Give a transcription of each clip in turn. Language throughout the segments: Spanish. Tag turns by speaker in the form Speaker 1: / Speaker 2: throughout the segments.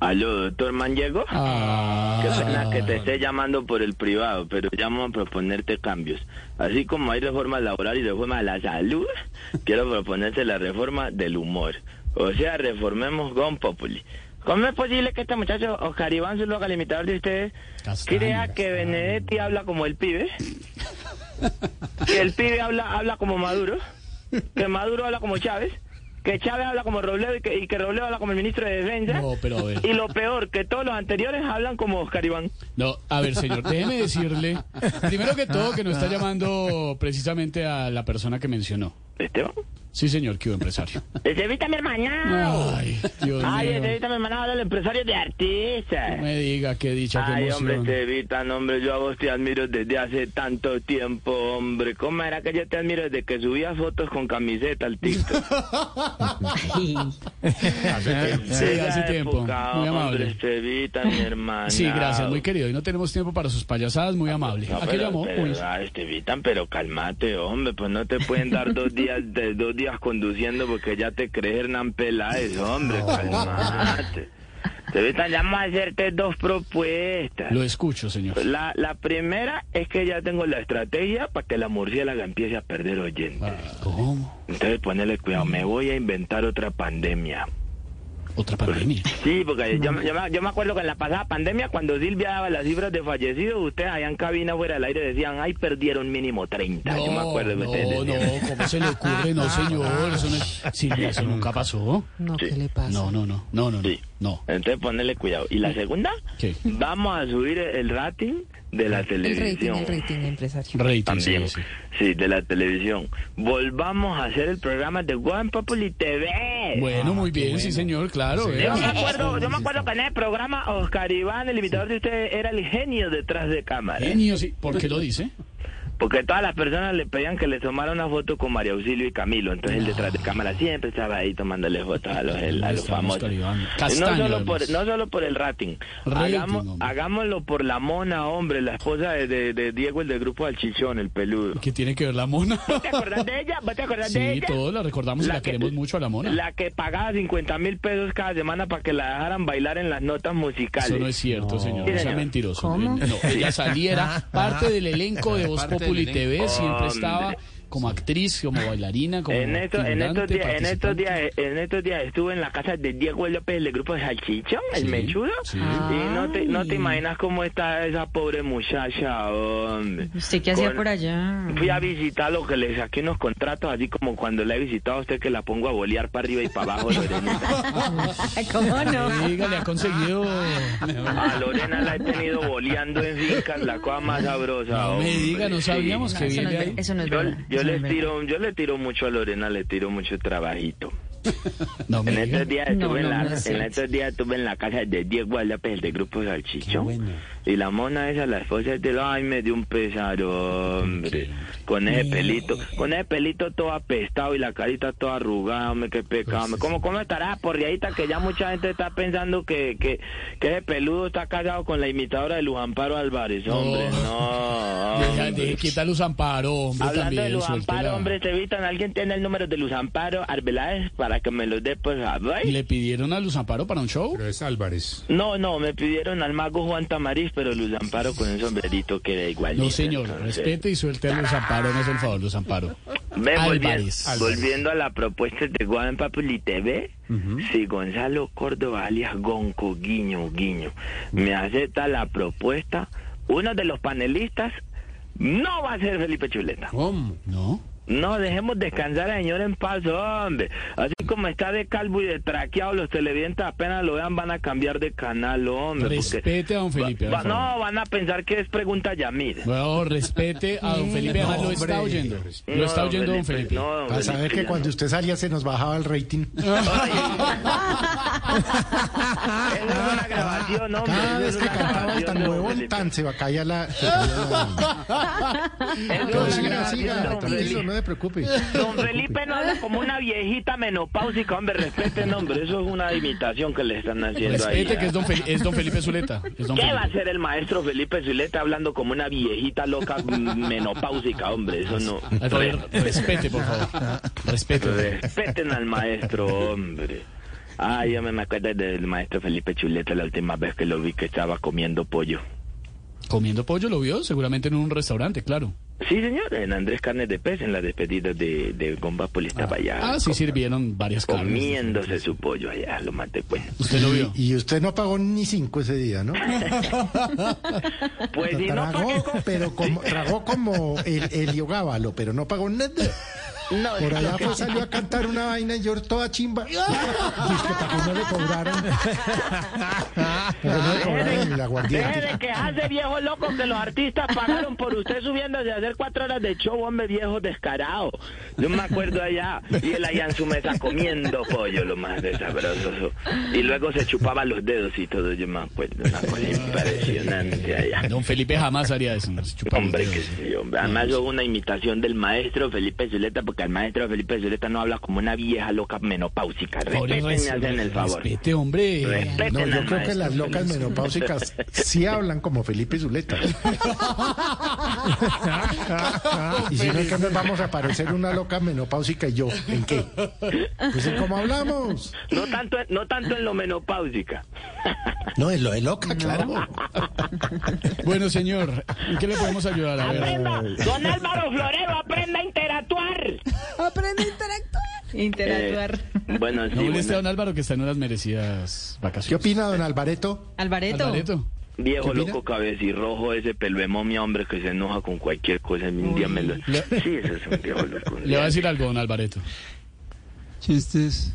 Speaker 1: Aló, doctor Maniego.
Speaker 2: Ah.
Speaker 1: Qué pena que te esté llamando por el privado, pero llamo a proponerte cambios. Así como hay reforma laboral y reforma de la salud, quiero proponerte la reforma del humor. O sea, reformemos Gon Populi. ¿Cómo es posible que este muchacho, Oscar Iván, su local imitador de ustedes,
Speaker 2: Castaño,
Speaker 1: crea que
Speaker 2: castaño.
Speaker 1: Benedetti habla como el pibe? que el pibe habla, habla como Maduro, que Maduro habla como Chávez, que Chávez habla como Robledo y que, y que Robledo habla como el ministro de Defensa.
Speaker 2: No, pero a ver.
Speaker 1: Y lo peor, que todos los anteriores hablan como Oscar Iván.
Speaker 2: No, a ver, señor, déjeme decirle, primero que todo, que no está llamando precisamente a la persona que mencionó.
Speaker 1: Esteban.
Speaker 2: Sí, señor, que hubo empresario.
Speaker 1: Evita mi hermanao.
Speaker 2: Ay, Dios
Speaker 1: Ay, eh,
Speaker 2: mío.
Speaker 1: Estevita mi hermanao habla el empresario de artistas.
Speaker 2: No me diga qué dicha, qué
Speaker 1: Ay, hombre,
Speaker 2: emoción.
Speaker 1: Estevita, no, hombre, yo a vos te admiro desde hace tanto tiempo, hombre. ¿Cómo era que yo te admiro desde que subías fotos con camiseta al TikTok?
Speaker 2: Sí, hace tiempo. Muy
Speaker 1: hombre,
Speaker 2: amable.
Speaker 1: Estevita, mi hermana.
Speaker 2: Sí, gracias, muy querido. Y no tenemos tiempo para sus payasadas, muy amable.
Speaker 1: No,
Speaker 2: ¿A qué
Speaker 1: pero,
Speaker 2: llamó? pues?
Speaker 1: pero,
Speaker 2: Uy,
Speaker 1: ay, te evitan, pero cálmate, hombre, pues no te pueden dar dos días de dos días conduciendo porque ya te crees Hernán Peláez, hombre, cálmate. Te evitan, ya vamos a hacerte dos propuestas.
Speaker 2: Lo escucho, señor.
Speaker 1: La, la primera es que ya tengo la estrategia para que la murciélaga empiece a perder oyentes.
Speaker 2: Ah, ¿Cómo?
Speaker 1: Entonces ponele cuidado, me voy a inventar otra pandemia.
Speaker 2: Otra pandemia.
Speaker 1: Sí, porque yo, yo me, yo me acuerdo que en la pasada pandemia, cuando Silvia daba las cifras de fallecidos, ustedes allá en cabina fuera del aire decían, ay, perdieron mínimo 30. yo me acuerdo que
Speaker 2: no,
Speaker 1: ustedes
Speaker 2: no,
Speaker 1: decían.
Speaker 2: ¿cómo se le ocurre? No, señor. Eso no es... Sí, eso nunca pasó.
Speaker 3: No,
Speaker 1: Sí.
Speaker 3: ¿qué le pasa?
Speaker 2: No, no, no, no, no, no.
Speaker 1: Sí.
Speaker 2: no.
Speaker 1: Entonces ponele cuidado. ¿Y la segunda?
Speaker 2: ¿Qué?
Speaker 1: Vamos a subir el rating de la
Speaker 3: El rating,
Speaker 1: televisión.
Speaker 3: el rating, empresario.
Speaker 2: Rating, sí,
Speaker 1: También,
Speaker 2: sí.
Speaker 1: sí, de la televisión. Volvamos a hacer el programa de One Populi TV.
Speaker 2: Bueno, muy bien, sí, señor, claro. eh.
Speaker 1: Yo me acuerdo, yo me acuerdo que en el programa Oscar Iván, el imitador de ustedes, era el genio detrás de cámara.
Speaker 2: Genio, sí. ¿Por qué lo dice?
Speaker 1: Porque todas las personas le pedían que le tomara una foto con María Auxilio y Camilo. Entonces él detrás de
Speaker 2: Ah.
Speaker 1: cámara siempre estaba ahí tomándole fotos a los, a los
Speaker 2: Está
Speaker 1: famosos.
Speaker 2: Oscar Iván.
Speaker 1: no,
Speaker 2: Castaño,
Speaker 1: solo por,
Speaker 2: además.
Speaker 1: no solo por el rating.
Speaker 2: Rating,
Speaker 1: Hagamos-
Speaker 2: hombre.
Speaker 1: hagámoslo por la mona, hombre, la esposa de, de- de Diego, el del grupo del Chichón, el peludo.
Speaker 2: ¿Qué tiene que ver la mona?
Speaker 1: ¿Te acordás de ella? ¿Vos te acordás de
Speaker 2: Sí,
Speaker 1: ella?
Speaker 2: todos la recordamos y la queremos mucho a la mona.
Speaker 1: La que pagaba 50 mil pesos cada semana para que la dejaran bailar en las notas musicales.
Speaker 2: Eso no es cierto, señor.
Speaker 1: Sí,
Speaker 2: No sea
Speaker 1: señor.
Speaker 2: mentiroso.
Speaker 3: ¿Cómo?
Speaker 2: No, ella saliera parte del elenco de Voz
Speaker 4: Parte del
Speaker 2: Populi
Speaker 4: elenco.
Speaker 2: TV. Siempre
Speaker 1: Hombre.
Speaker 2: estaba como actriz, como bailarina, como
Speaker 1: En, esto- en, estos
Speaker 2: figurante,
Speaker 1: días, en, estos
Speaker 2: participante.
Speaker 1: días, en estos días estuve en la casa de Diego López del grupo de Salchichón,
Speaker 2: Sí,
Speaker 1: el mechudo.
Speaker 2: sí.
Speaker 1: Y no te, no te
Speaker 3: Ay.
Speaker 1: imaginas cómo está esa pobre muchacha, hombre.
Speaker 5: ¿Usted qué hacía
Speaker 1: Con-
Speaker 5: por allá?
Speaker 1: Fui a visitar lo que le saqué unos contratos, así como cuando la he visitado a usted que la pongo a bolear para arriba y para abajo. Lorenita.
Speaker 5: ¿Cómo no?
Speaker 2: Diga, le ha conseguido.
Speaker 1: A Lorena la he tenido boleando en fincas, la cosa más sabrosa.
Speaker 2: No me
Speaker 1: hombre,
Speaker 2: diga, no
Speaker 1: sí.
Speaker 2: sabíamos que
Speaker 5: Eso no,
Speaker 2: viene
Speaker 5: es,
Speaker 2: ahí.
Speaker 5: ver- eso no es
Speaker 1: Yo,
Speaker 5: verdad.
Speaker 1: yo
Speaker 5: eso no es
Speaker 1: les
Speaker 5: verdad.
Speaker 1: tiro, yo le tiro mucho a Lorena, le tiro mucho trabajito.
Speaker 2: No me
Speaker 1: En estos
Speaker 2: diga.
Speaker 1: días estuve,
Speaker 5: No,
Speaker 1: en,
Speaker 5: no,
Speaker 1: la,
Speaker 5: no es
Speaker 1: en
Speaker 5: cierto.
Speaker 1: estos días estuve en la casa de Diego López del grupo Salchichón. Y la mona esa, la esposa de lo ay, me dio un pesar, hombre. Con ese pelito, con ese pelito todo apestado y la carita toda arrugada, hombre, qué pecado. hombre. ¿Cómo, ¿Cómo estará porriadita que ya mucha gente está pensando que, que, que ese peludo está casado con la imitadora de Luz Amparo Álvarez, hombre? No,
Speaker 2: Deja-
Speaker 1: hombre.
Speaker 2: deje quieta Luz Amparo, hombre,
Speaker 1: Hablando
Speaker 2: también.
Speaker 1: de Luz
Speaker 2: suéltela.
Speaker 1: Amparo, hombre, te evitan. ¿Alguien tiene el número de Luz Amparo Arbeláez para que me lo dé, por favor?
Speaker 2: ¿Y le pidieron a Luz Amparo para un show?
Speaker 4: Pero es Álvarez.
Speaker 1: No, no, me pidieron al mago Juan Tamariz, pero Luz Amparo con un sombrerito queda igual.
Speaker 2: No, señor, respete y suelte a Luz Amparo, no es el favor, Luz Amparo.
Speaker 1: volviendo,
Speaker 2: Álvarez.
Speaker 1: volviendo a la propuesta de Juan Papuli TV, si Gonzalo Córdoba alias Gonco Guiño Guiño me acepta la propuesta, uno de los panelistas no va a ser Felipe Chuleta.
Speaker 4: ¿Cómo?
Speaker 2: ¿No?
Speaker 1: No, dejemos descansar al señor en paz, hombre. Así como está de calvo y de traqueado, los televidentes apenas lo vean van a cambiar de canal, hombre. porque-
Speaker 2: Respete a don Felipe.
Speaker 1: Va-
Speaker 2: por favor.
Speaker 1: no, van a pensar que es pregunta Yamir.
Speaker 2: No, respete a don Felipe, además lo está oyendo. Lo
Speaker 1: No,
Speaker 2: está oyendo don Felipe.
Speaker 1: No, don
Speaker 6: Para saber
Speaker 1: Felipe,
Speaker 6: que
Speaker 1: ya.
Speaker 6: Ah, cuando usted salía se nos bajaba el rating.
Speaker 1: Ay. Eso es
Speaker 2: Ah,
Speaker 1: una grabación, hombre.
Speaker 6: Cada
Speaker 1: eso es
Speaker 6: vez que
Speaker 1: una
Speaker 6: cantaba el
Speaker 1: grabación,
Speaker 6: tan
Speaker 1: don
Speaker 6: nuevo,
Speaker 1: Felipe.
Speaker 6: tan se va a caer la. se caía
Speaker 1: Eso es
Speaker 6: la-
Speaker 1: una
Speaker 6: Pero siga,
Speaker 1: grabación,
Speaker 6: siga,
Speaker 1: don
Speaker 6: tranquilo,
Speaker 1: Felipe.
Speaker 6: no se preocupe.
Speaker 1: Don Felipe no habla como una viejita menopáusica, hombre, respeten, hombre, eso es una imitación que le están haciendo
Speaker 2: Respete
Speaker 1: ahí.
Speaker 2: que es don, Fel- es don Felipe Zuleta. es don
Speaker 1: ¿Qué
Speaker 2: Felipe.
Speaker 1: va a hacer el maestro Felipe Zuleta hablando como una viejita loca mm, menopáusica, hombre? Eso no.
Speaker 2: Alfredo, respete, por favor. Respete.
Speaker 1: Respeten al maestro, hombre. Ah, yo me me acuerdo del maestro Felipe Chuleta la última vez que lo vi que estaba comiendo pollo.
Speaker 2: Comiendo pollo lo vio, seguramente en un restaurante, claro.
Speaker 1: Sí, señor, en Andrés Carnes de Pez, en la despedida de, de Gombapol estaba allá.
Speaker 2: Ah, sí sirvieron varias carnes.
Speaker 1: Comiéndose su pollo allá, lo maté pues.
Speaker 2: Usted lo vio.
Speaker 6: Y usted no pagó ni cinco ese día, ¿no?
Speaker 1: Pues si no, ¿pa' qué
Speaker 6: Tragó,
Speaker 1: co-
Speaker 6: pero como, tragó como el, Elio Gábalo, pero no pagó nada.
Speaker 1: No,
Speaker 6: Por allá
Speaker 1: lo que-
Speaker 6: fue, salió a cantar una vaina y yo toda chimba. Dice que para que no le cobraron. Pero no le cobraron el
Speaker 1: Deje
Speaker 6: aguardiente.
Speaker 1: de quejarse, viejo loco, que los artistas pagaron por usted subiéndose a hacer cuatro horas de show, hombre viejo descarado. Yo me acuerdo allá, y él allá en su mesa comiendo pollo, lo más de sabroso. Y luego se chupaba los dedos y todo, yo me acuerdo, una cosa impresionante allá.
Speaker 2: Don Felipe jamás haría eso. no se chupaba
Speaker 1: Hombre,
Speaker 2: los
Speaker 1: que
Speaker 2: dedos.
Speaker 1: sí, hombre. Además, yo hago una imitación del maestro Felipe Zuleta, porque el maestro Felipe Zuleta no habla como una vieja loca menopáusica.
Speaker 2: Pobre,
Speaker 1: Respeten y
Speaker 2: res-
Speaker 1: hacen el favor.
Speaker 2: Respete, hombre.
Speaker 1: Respeten
Speaker 6: No,
Speaker 1: al
Speaker 6: yo creo que
Speaker 1: maestro
Speaker 6: las locas
Speaker 1: Zuleta.
Speaker 6: menopáusicas sí hablan como Felipe Zuleta. y si no, es que nos vamos a parecer una loca menopáusica y yo. ¿En qué? Pues en cómo hablamos.
Speaker 1: No tanto, no tanto en lo menopáusica.
Speaker 6: No, es lo de loca, claro.
Speaker 2: Bueno, señor, ¿en qué le podemos ayudar? A ver.
Speaker 1: Aprenda, don Álvaro Florero, aprenda a interactuar.
Speaker 5: Aprende a interactuar. Interactuar.
Speaker 1: Eh, bueno, sí,
Speaker 2: No moleste a
Speaker 1: bueno,
Speaker 2: don Álvaro que está en unas merecidas
Speaker 6: ¿Qué
Speaker 2: vacaciones.
Speaker 6: opina don Alvareto?
Speaker 5: Alvareto.
Speaker 2: Alvareto.
Speaker 1: viejo
Speaker 6: ¿Qué opina?
Speaker 1: loco cabecirrojo, ese pelo de momia, hombre, que se enoja con cualquier cosa. Un día me lo...
Speaker 2: le-
Speaker 1: Sí, ese es un viejo loco.
Speaker 2: Le va a decir algo, don Alvareto.
Speaker 3: Chistes.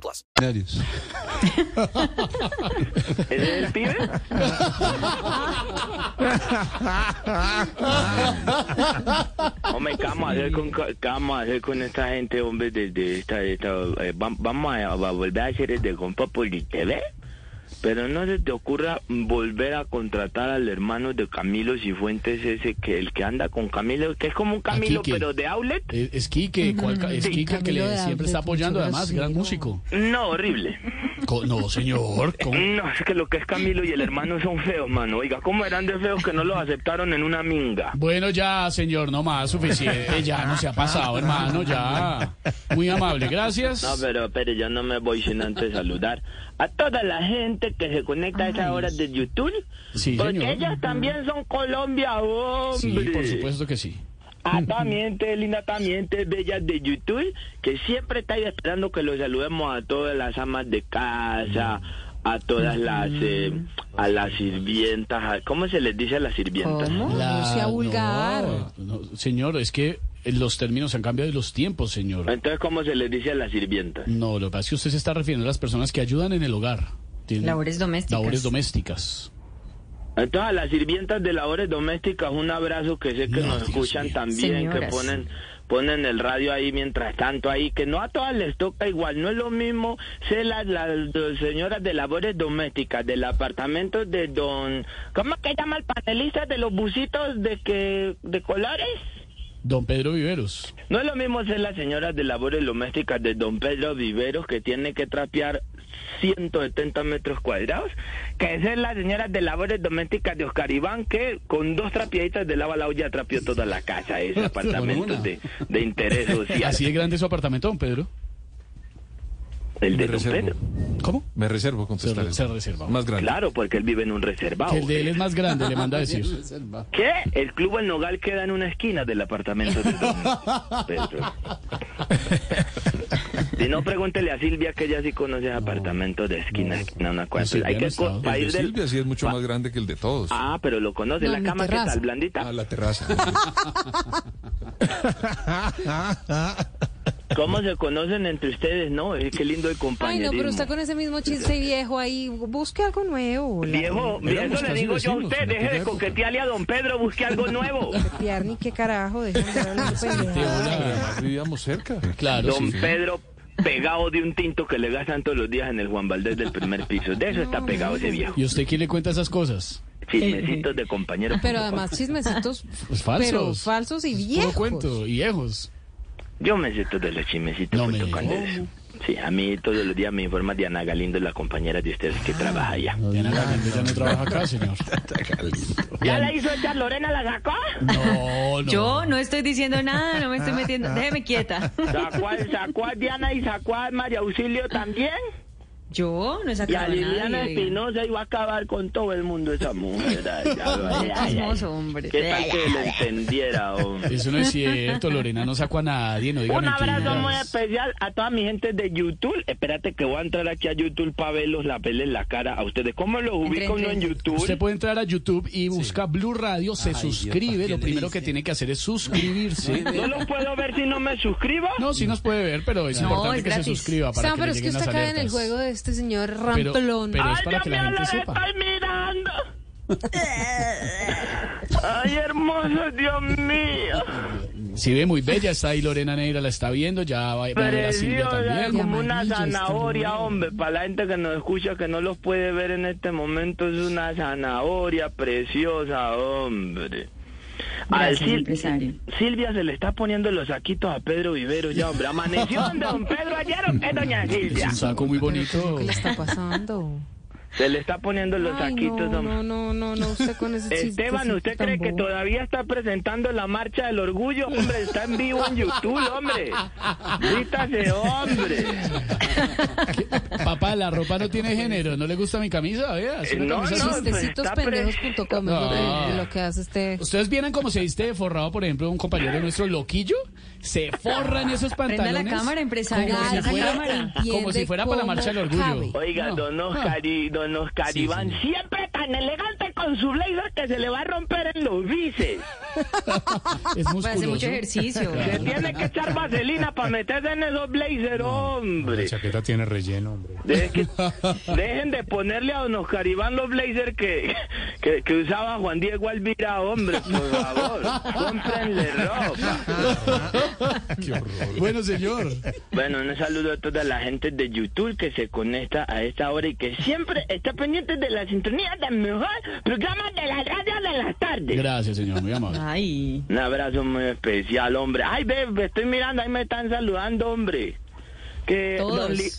Speaker 7: plus.
Speaker 3: Ordinarios.
Speaker 1: ¿Ese es el pibe? Hombre, ¿qué vamos a hacer con, qué vamos a hacer con esta gente, hombre, de, de esta... de esta eh, vam- vamos a, a volver a hacer el de Compa Poli TV. Pero no se te ocurra volver a contratar al hermano de Camilo Cifuentes ese, que el que anda con Camilo, que es como un Camilo,
Speaker 2: Quique.
Speaker 1: pero de outlet.
Speaker 2: Es, Eh, es Quique, ¿cuál ca- es
Speaker 1: Sí.
Speaker 2: Quique el que
Speaker 5: Camilo
Speaker 2: le,
Speaker 5: de
Speaker 2: siempre está
Speaker 5: Hamlet,
Speaker 2: apoyando,
Speaker 5: mucho
Speaker 2: además, gran
Speaker 5: grosero.
Speaker 2: músico.
Speaker 1: No, horrible.
Speaker 2: Co- no, señor. ¿cómo?
Speaker 1: No, es que lo que es Camilo y el hermano son feos, mano. Oiga, ¿cómo eran de feos que no los aceptaron en una minga?
Speaker 2: Bueno, ya, señor, no más, suficiente. Ya no se ha pasado, hermano, ya. Muy amable, gracias.
Speaker 1: No, pero, pero yo no me voy sin antes saludar a toda la gente que se conecta a esas horas de YouTube.
Speaker 2: Sí,
Speaker 1: porque
Speaker 2: señor.
Speaker 1: ellas también son Colombia, hombre.
Speaker 2: Sí, por supuesto que sí.
Speaker 1: Ah, también, te, linda, también, te, bellas de YouTube, que siempre estáis esperando que los saludemos a todas las amas de casa, a todas las, eh, a las sirvientas. a- ¿Cómo se les dice a las sirvientas?
Speaker 5: ¿Cómo? No sea vulgar.
Speaker 2: no, no, señor, es que los términos han cambiado y los tiempos, señor.
Speaker 1: Entonces, ¿cómo se les dice a las sirvientas?
Speaker 2: No, lo que pasa es que usted se está refiriendo a las personas que ayudan en el hogar. Tienen
Speaker 5: Labores domésticas.
Speaker 2: Labores domésticas.
Speaker 1: Entonces, a Eh, las sirvientas de labores domésticas, un abrazo que sé que
Speaker 2: No,
Speaker 1: nos
Speaker 2: Dios
Speaker 1: escuchan
Speaker 2: mío.
Speaker 1: también, que
Speaker 5: Señoras.
Speaker 1: ponen ponen el radio ahí mientras tanto ahí, que no a todas les toca igual, no es lo mismo ser las, las dos señoras de labores domésticas del apartamento de don... ¿Cómo que llama el panelista de los busitos de que de colores?
Speaker 2: Don Pedro Viveros.
Speaker 1: No es lo mismo ser las señoras de labores domésticas de don Pedro Viveros que tiene que trapear 170 metros cuadrados que ser las señoras de labores domésticas de Oscar Iván que con dos trapeaditas de lava la olla trapeó toda la casa, ese apartamento
Speaker 2: una.
Speaker 1: de, de interés social.
Speaker 2: Así de grande es su apartamento, don Pedro.
Speaker 1: El de
Speaker 3: Me
Speaker 1: don Pedro.
Speaker 3: reservo.
Speaker 2: ¿Cómo?
Speaker 3: Me reservo
Speaker 2: Se,
Speaker 3: contestar.
Speaker 2: re- se reserva.
Speaker 3: Más grande.
Speaker 1: Claro, porque él vive en un reservado.
Speaker 2: Que el de él es más grande, le manda a decir.
Speaker 1: ¿Qué? El Club El Nogal queda en una esquina del apartamento de don Pedro. Si no, pregúntele a Silvia que ella sí conoce apartamentos de esquina a esquina, una
Speaker 2: No,
Speaker 1: cuarta.
Speaker 2: Silvia
Speaker 1: Hay
Speaker 2: no
Speaker 1: que
Speaker 2: estaba.
Speaker 1: co-
Speaker 2: El
Speaker 1: pa'
Speaker 3: El
Speaker 1: ir
Speaker 3: de
Speaker 1: del-
Speaker 3: Silvia sí es mucho más grande que el de todos.
Speaker 1: Ah, pero lo conoce.
Speaker 5: No,
Speaker 1: la
Speaker 5: mi
Speaker 1: cama que
Speaker 5: terraza.
Speaker 1: tal, blandita.
Speaker 3: Ah, la terraza.
Speaker 1: ¿Cómo se conocen entre ustedes, no? Es que lindo el
Speaker 8: Ay,
Speaker 1: compañerismo.
Speaker 8: no, pero está con ese mismo chiste viejo ahí. Busque algo nuevo. la-
Speaker 1: Viejo,
Speaker 3: Éramos
Speaker 1: eso le
Speaker 3: casi
Speaker 1: digo yo a
Speaker 3: vecinos
Speaker 1: usted,
Speaker 3: en
Speaker 1: deje
Speaker 3: aquella
Speaker 1: de
Speaker 3: época.
Speaker 1: coquetearle a don Pedro, busque algo nuevo.
Speaker 8: Piar, ni qué carajo, déjame de hablar
Speaker 2: Te
Speaker 8: pendejadas.
Speaker 2: hola.
Speaker 3: Además vivíamos cerca.
Speaker 2: Claro,
Speaker 1: Don
Speaker 2: sí.
Speaker 1: Pedro, pegado de un tinto que le gastan todos los días en el Juan Valdés del primer piso. De eso está pegado ese viejo.
Speaker 2: ¿Y usted quién le cuenta esas cosas?
Speaker 1: Chismecitos de compañeros.
Speaker 8: Pero además chismecitos
Speaker 2: Pues
Speaker 8: pero
Speaker 2: falsos. Pues
Speaker 8: falsos y
Speaker 2: Puro
Speaker 8: viejos.
Speaker 2: cuento, y viejos.
Speaker 1: Yo me sé todos los chismecitos.
Speaker 2: No me
Speaker 1: junto con
Speaker 2: digas.
Speaker 1: ellos. Sí, a mí todos los días me informa Diana Galindo, la compañera de ustedes que trabaja allá.
Speaker 2: No, Diana Galindo ya no trabaja acá, señor. Ah.
Speaker 1: ¿Ya la hizo echar Lorena la sacó?
Speaker 2: No, no.
Speaker 5: Yo no estoy diciendo nada, no me
Speaker 1: Ah.
Speaker 5: estoy metiendo. Déjeme quieta.
Speaker 1: Sacó a, sacó a Diana y sacó a María Auxilio también.
Speaker 5: Yo no
Speaker 1: Y
Speaker 5: he
Speaker 1: a
Speaker 5: sacado
Speaker 1: Liliana
Speaker 5: nada.
Speaker 1: Espinosa iba a acabar con todo el mundo esa mujer. Ay, ay, ay, ay, ay.
Speaker 5: Chismoso, hombre.
Speaker 1: ¿Qué tal que lo entendiera, hombre?
Speaker 2: Eso no es cierto, Lorena, no sacó a nadie, no diga
Speaker 1: Un abrazo
Speaker 2: mentiras.
Speaker 1: muy especial a toda mi gente de YouTube. Espérate que voy a entrar aquí a YouTube para verlos, la pele en la cara a ustedes. ¿Cómo los ubica uno en
Speaker 2: Usted
Speaker 1: YouTube?
Speaker 2: puede entrar a YouTube y busca Blue Radio, se suscribe, lo primero que tiene que hacer es suscribirse.
Speaker 1: No los puedo ver si no me suscribo.
Speaker 2: No, sí nos puede ver, pero es
Speaker 5: No,
Speaker 2: importante
Speaker 5: es
Speaker 2: que se
Speaker 5: gratis.
Speaker 2: suscriba para
Speaker 8: Sam,
Speaker 2: que
Speaker 8: pero
Speaker 2: le
Speaker 8: es que
Speaker 2: lleguen
Speaker 8: usted
Speaker 2: las
Speaker 8: cae en el
Speaker 2: alertas.
Speaker 8: juego de este señor
Speaker 2: Pero-
Speaker 8: ramplón.
Speaker 2: pero es
Speaker 1: Ay,
Speaker 2: para
Speaker 1: ya
Speaker 2: que
Speaker 1: me
Speaker 2: la gente
Speaker 1: la
Speaker 2: sepa.
Speaker 1: estoy mirando. Ay, hermoso Dios mío.
Speaker 2: Si ve muy bella, está ahí Lorena Neira, la está viendo, ya va, va a ver a Silvia
Speaker 1: Preciosa,
Speaker 2: también. este
Speaker 1: como una
Speaker 8: amarillo,
Speaker 1: zanahoria, hombre. Para la gente que nos escucha, que no los puede ver en este momento, es una zanahoria preciosa, hombre. Al Sil- Silvia se le está poniendo los saquitos a Pedro Vivero ya, hombre. ¿Amaneció donde don Pedro ayer o qué, doña
Speaker 2: Es
Speaker 1: Silvia?
Speaker 2: un saco muy bonito.
Speaker 8: ¿Qué le está pasando?
Speaker 1: Se le está poniendo los
Speaker 8: Ay,
Speaker 1: saquitos,
Speaker 8: no,
Speaker 1: hombre.
Speaker 8: no, no, no, no, usted con ese chiste.
Speaker 1: Esteban, ¿usted cree que todavía está presentando la marcha del orgullo? Hombre, está en vivo en YouTube, hombre. Grítase, hombre.
Speaker 2: Papá, la ropa no tiene género, ¿no le gusta mi camisa? Vea, es una
Speaker 1: Eh, No,
Speaker 2: camisa
Speaker 1: no, pues,
Speaker 2: azul.
Speaker 8: Chistecitospendejos.com es lo que-
Speaker 2: No.
Speaker 8: lo que hace este...
Speaker 2: ¿Ustedes vieran cómo se viste de forrado, por ejemplo, un compañero nuestro, Loquillo? Se forra en esos
Speaker 5: Prenda
Speaker 2: pantalones.
Speaker 5: la cámara, empresario.
Speaker 2: Como
Speaker 8: Nadie
Speaker 2: si
Speaker 5: Prenda la
Speaker 2: fuera,
Speaker 5: cámara.
Speaker 8: entiende
Speaker 2: como si fuera para la marcha del
Speaker 8: cómo
Speaker 2: orgullo.
Speaker 8: cabe.
Speaker 1: Oiga,
Speaker 2: No.
Speaker 1: don Oscar y don Oscar Iván, siempre tan elegante con su blazer que se le va a romper en los bíceps.
Speaker 2: Es
Speaker 5: Puede
Speaker 2: musculoso.
Speaker 5: hacer mucho ejercicio.
Speaker 1: Se tiene que echar vaselina para meterse en esos blazers, hombre.
Speaker 9: chaqueta tiene relleno, hombre.
Speaker 1: Deje que- dejen de ponerle a don Oscar Iván los blazers que, que, que usaba Juan Diego Alvira, hombre, por favor. Cómprenle ropa.
Speaker 2: Bueno, señor.
Speaker 1: Bueno, un saludo a toda la gente de YouTube que se conecta a esta hora y que siempre está pendiente de la sintonía del mejor programa de la radio de las tardes.
Speaker 2: Gracias, señor, muy amable.
Speaker 5: Ay.
Speaker 1: Un abrazo muy especial, hombre. Ay, ve, ve, estoy mirando, ahí me están saludando, hombre. Que
Speaker 5: Todos.
Speaker 1: don Li-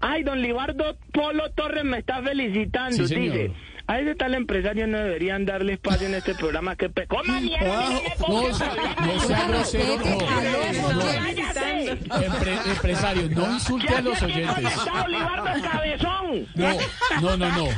Speaker 1: Ay, don Libardo Polo Torres me está felicitando,
Speaker 2: Sí, señor.
Speaker 1: dice. A ese tal empresario no deberían darle espacio en este programa. Que pe... ¡Coma mierda!
Speaker 2: Ah,
Speaker 1: no le
Speaker 2: no,
Speaker 1: pongas a hablar!
Speaker 2: no sea grosero,
Speaker 8: Respete a los
Speaker 2: no. no.
Speaker 1: ¡Cállate!
Speaker 2: Empre- empresario, no insulte
Speaker 1: ¿Qué
Speaker 2: a los
Speaker 1: hace aquí
Speaker 2: oyentes.
Speaker 1: conectado, Libardo Cabezón?
Speaker 2: No, no, no, no.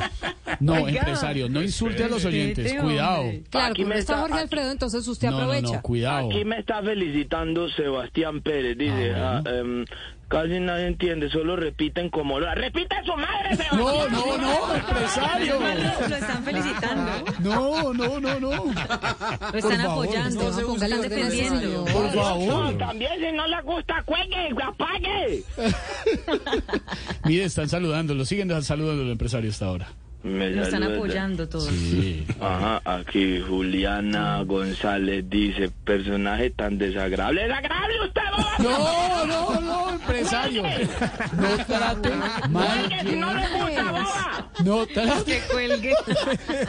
Speaker 2: No, empresario, no insulte a los oyentes.
Speaker 5: Respete,
Speaker 2: Cuidado.
Speaker 5: hombre.
Speaker 8: Claro,
Speaker 1: Aquí
Speaker 8: como
Speaker 1: me
Speaker 8: está
Speaker 1: está-
Speaker 8: Jorge
Speaker 1: aquí-
Speaker 8: Alfredo, entonces usted
Speaker 2: No, no,
Speaker 8: aprovecha.
Speaker 2: no, cuidado.
Speaker 1: Aquí me está felicitando Sebastián Pérez. Dice,
Speaker 2: Ah,
Speaker 1: ah, em, casi nadie entiende, solo repiten como... lo- ¡Repite su madre, Sebastián!
Speaker 2: No, no, no, empresario.
Speaker 5: Lo, lo están felicitando.
Speaker 2: No, no, no, no.
Speaker 5: Lo están
Speaker 2: Ah, favor,
Speaker 5: apoyando.
Speaker 8: no se
Speaker 5: lo
Speaker 8: busque
Speaker 5: están
Speaker 8: orden,
Speaker 5: defendiendo.
Speaker 8: señor.
Speaker 2: Por
Speaker 1: No,
Speaker 2: favor.
Speaker 1: también si no le gusta, cuelgue, apague.
Speaker 2: Mire, están saludándolo, siguen saludando los empresarios hasta ahora.
Speaker 5: Lo están apoyando todos.
Speaker 1: Ajá, aquí Juliana González dice, personaje tan desagradable. ¡Desagradable usted, boba!
Speaker 2: No, no, no, empresario. No trate
Speaker 1: Cuelgue si no
Speaker 2: mal.
Speaker 1: le gusta, boba!
Speaker 2: No trate.
Speaker 5: Cuelgue.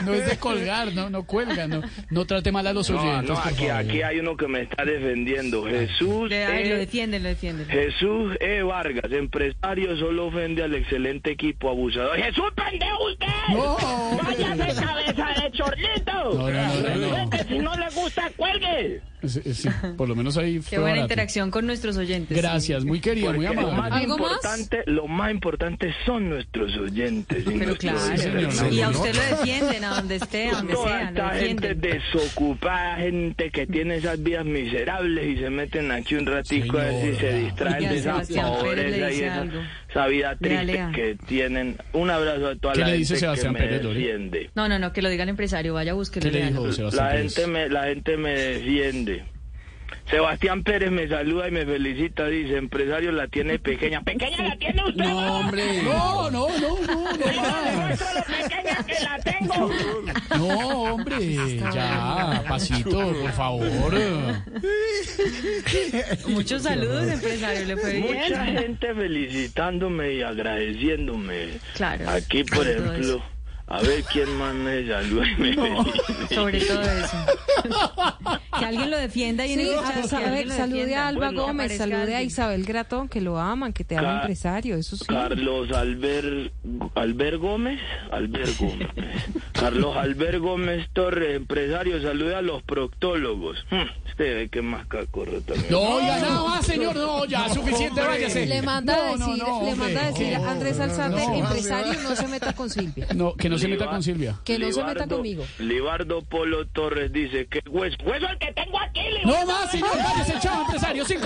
Speaker 2: No es de colgar, no, no cuelga, no, no trate mal a los
Speaker 1: No,
Speaker 2: oyentes.
Speaker 1: no,
Speaker 2: por
Speaker 1: aquí,
Speaker 2: favor.
Speaker 1: aquí hay uno que me está defendiendo. Jesús
Speaker 5: Le- ay,
Speaker 1: E.
Speaker 5: lo defienden, lo defienden.
Speaker 1: Jesús E. Vargas, empresario, solo ofende al excelente equipo abusador. ¡Jesús, pendejo usted!
Speaker 2: No, hombre.
Speaker 1: ¡Váyase cabeza de chorlito!
Speaker 2: No, no, no, no, no.
Speaker 1: Cuelgue, si no le gusta, cuelgue!
Speaker 2: Sí, sí, por lo menos ahí
Speaker 5: Qué
Speaker 2: fue
Speaker 5: buena
Speaker 2: barato.
Speaker 5: interacción con nuestros oyentes.
Speaker 2: Gracias, muy querido, muy
Speaker 1: Porque lo más
Speaker 2: amable.
Speaker 8: ¿Algo más?
Speaker 1: importante, lo más importante son nuestros oyentes. y
Speaker 5: Pero
Speaker 1: nuestros
Speaker 5: claro.
Speaker 2: señor.
Speaker 1: internautas.
Speaker 5: Y a usted lo defienden, a donde esté, a donde
Speaker 1: Toda
Speaker 5: sea, lo
Speaker 1: esta gente
Speaker 5: defienden.
Speaker 1: desocupada, gente que tiene esas vidas miserables y se meten aquí un ratico a ver si se
Speaker 2: Señora.
Speaker 1: distraen
Speaker 5: Ya
Speaker 1: de esa
Speaker 5: Sebastián Pérez le
Speaker 1: pobreza y
Speaker 5: dice
Speaker 1: esa,
Speaker 5: algo.
Speaker 1: esa vida triste
Speaker 5: Lea, lea.
Speaker 1: que tienen. Un abrazo a toda
Speaker 2: ¿Qué
Speaker 1: la
Speaker 2: le
Speaker 1: gente
Speaker 2: dice
Speaker 1: que
Speaker 2: Sebastián
Speaker 1: me
Speaker 2: Pérez, Lore?
Speaker 1: defiende.
Speaker 5: No, no, no, que lo diga el empresario, vaya, búsquelo.
Speaker 2: ¿Qué le
Speaker 5: léalo.
Speaker 2: dijo Sebastián
Speaker 1: La
Speaker 2: Pérez?
Speaker 1: gente, me, la gente me defiende. Sebastián Pérez me saluda y me felicita, dice, empresario la tiene pequeña. Pequeña la tiene usted.
Speaker 3: No, hombre.
Speaker 2: No, no, no, no, no.
Speaker 1: Muestra lo pequeña que la tengo.
Speaker 2: No, hombre. Ya, pasito, por favor.
Speaker 5: Muchos saludos, empresario. Le fue
Speaker 1: Mucha
Speaker 5: bien.
Speaker 1: gente felicitándome y agradeciéndome.
Speaker 5: Claro.
Speaker 1: Aquí, por
Speaker 5: Sobre todo
Speaker 1: ejemplo,
Speaker 5: eso.
Speaker 1: a ver quién más me saluda y me felicita.
Speaker 5: Sobre todo eso. que alguien lo defienda y en el chat, que
Speaker 8: sabe,
Speaker 5: alguien lo
Speaker 8: salude
Speaker 5: defienda.
Speaker 8: a Alba
Speaker 1: Bueno,
Speaker 8: Gómez,
Speaker 5: aparezca
Speaker 8: salude a
Speaker 5: alguien.
Speaker 8: Isabel Gratón, que lo aman, que te
Speaker 1: Ca-
Speaker 8: ama empresario, eso sí.
Speaker 1: Carlos Albert, Albert Gómez, Albert Gómez. Carlos Albert Gómez Torres, empresario, saluda a los proctólogos. Hmm, Este ve que más cacorro también.
Speaker 2: No, ya nada más, señor. No, ya, suficiente, váyase.
Speaker 8: Le manda
Speaker 2: No,
Speaker 8: a
Speaker 2: no,
Speaker 8: decir,
Speaker 2: no,
Speaker 8: le
Speaker 2: hombre.
Speaker 8: manda a decir a Andrés Alzate,
Speaker 2: no.
Speaker 8: empresario, no se meta con Silvia.
Speaker 2: No, que no se meta
Speaker 1: Libar-
Speaker 2: con Silvia.
Speaker 8: Que no se meta conmigo.
Speaker 1: Libardo Polo Torres dice que hueso, hueso el que tengo aquí, Libardo.
Speaker 2: No más, señor, váyase, chao, empresario. Cinco.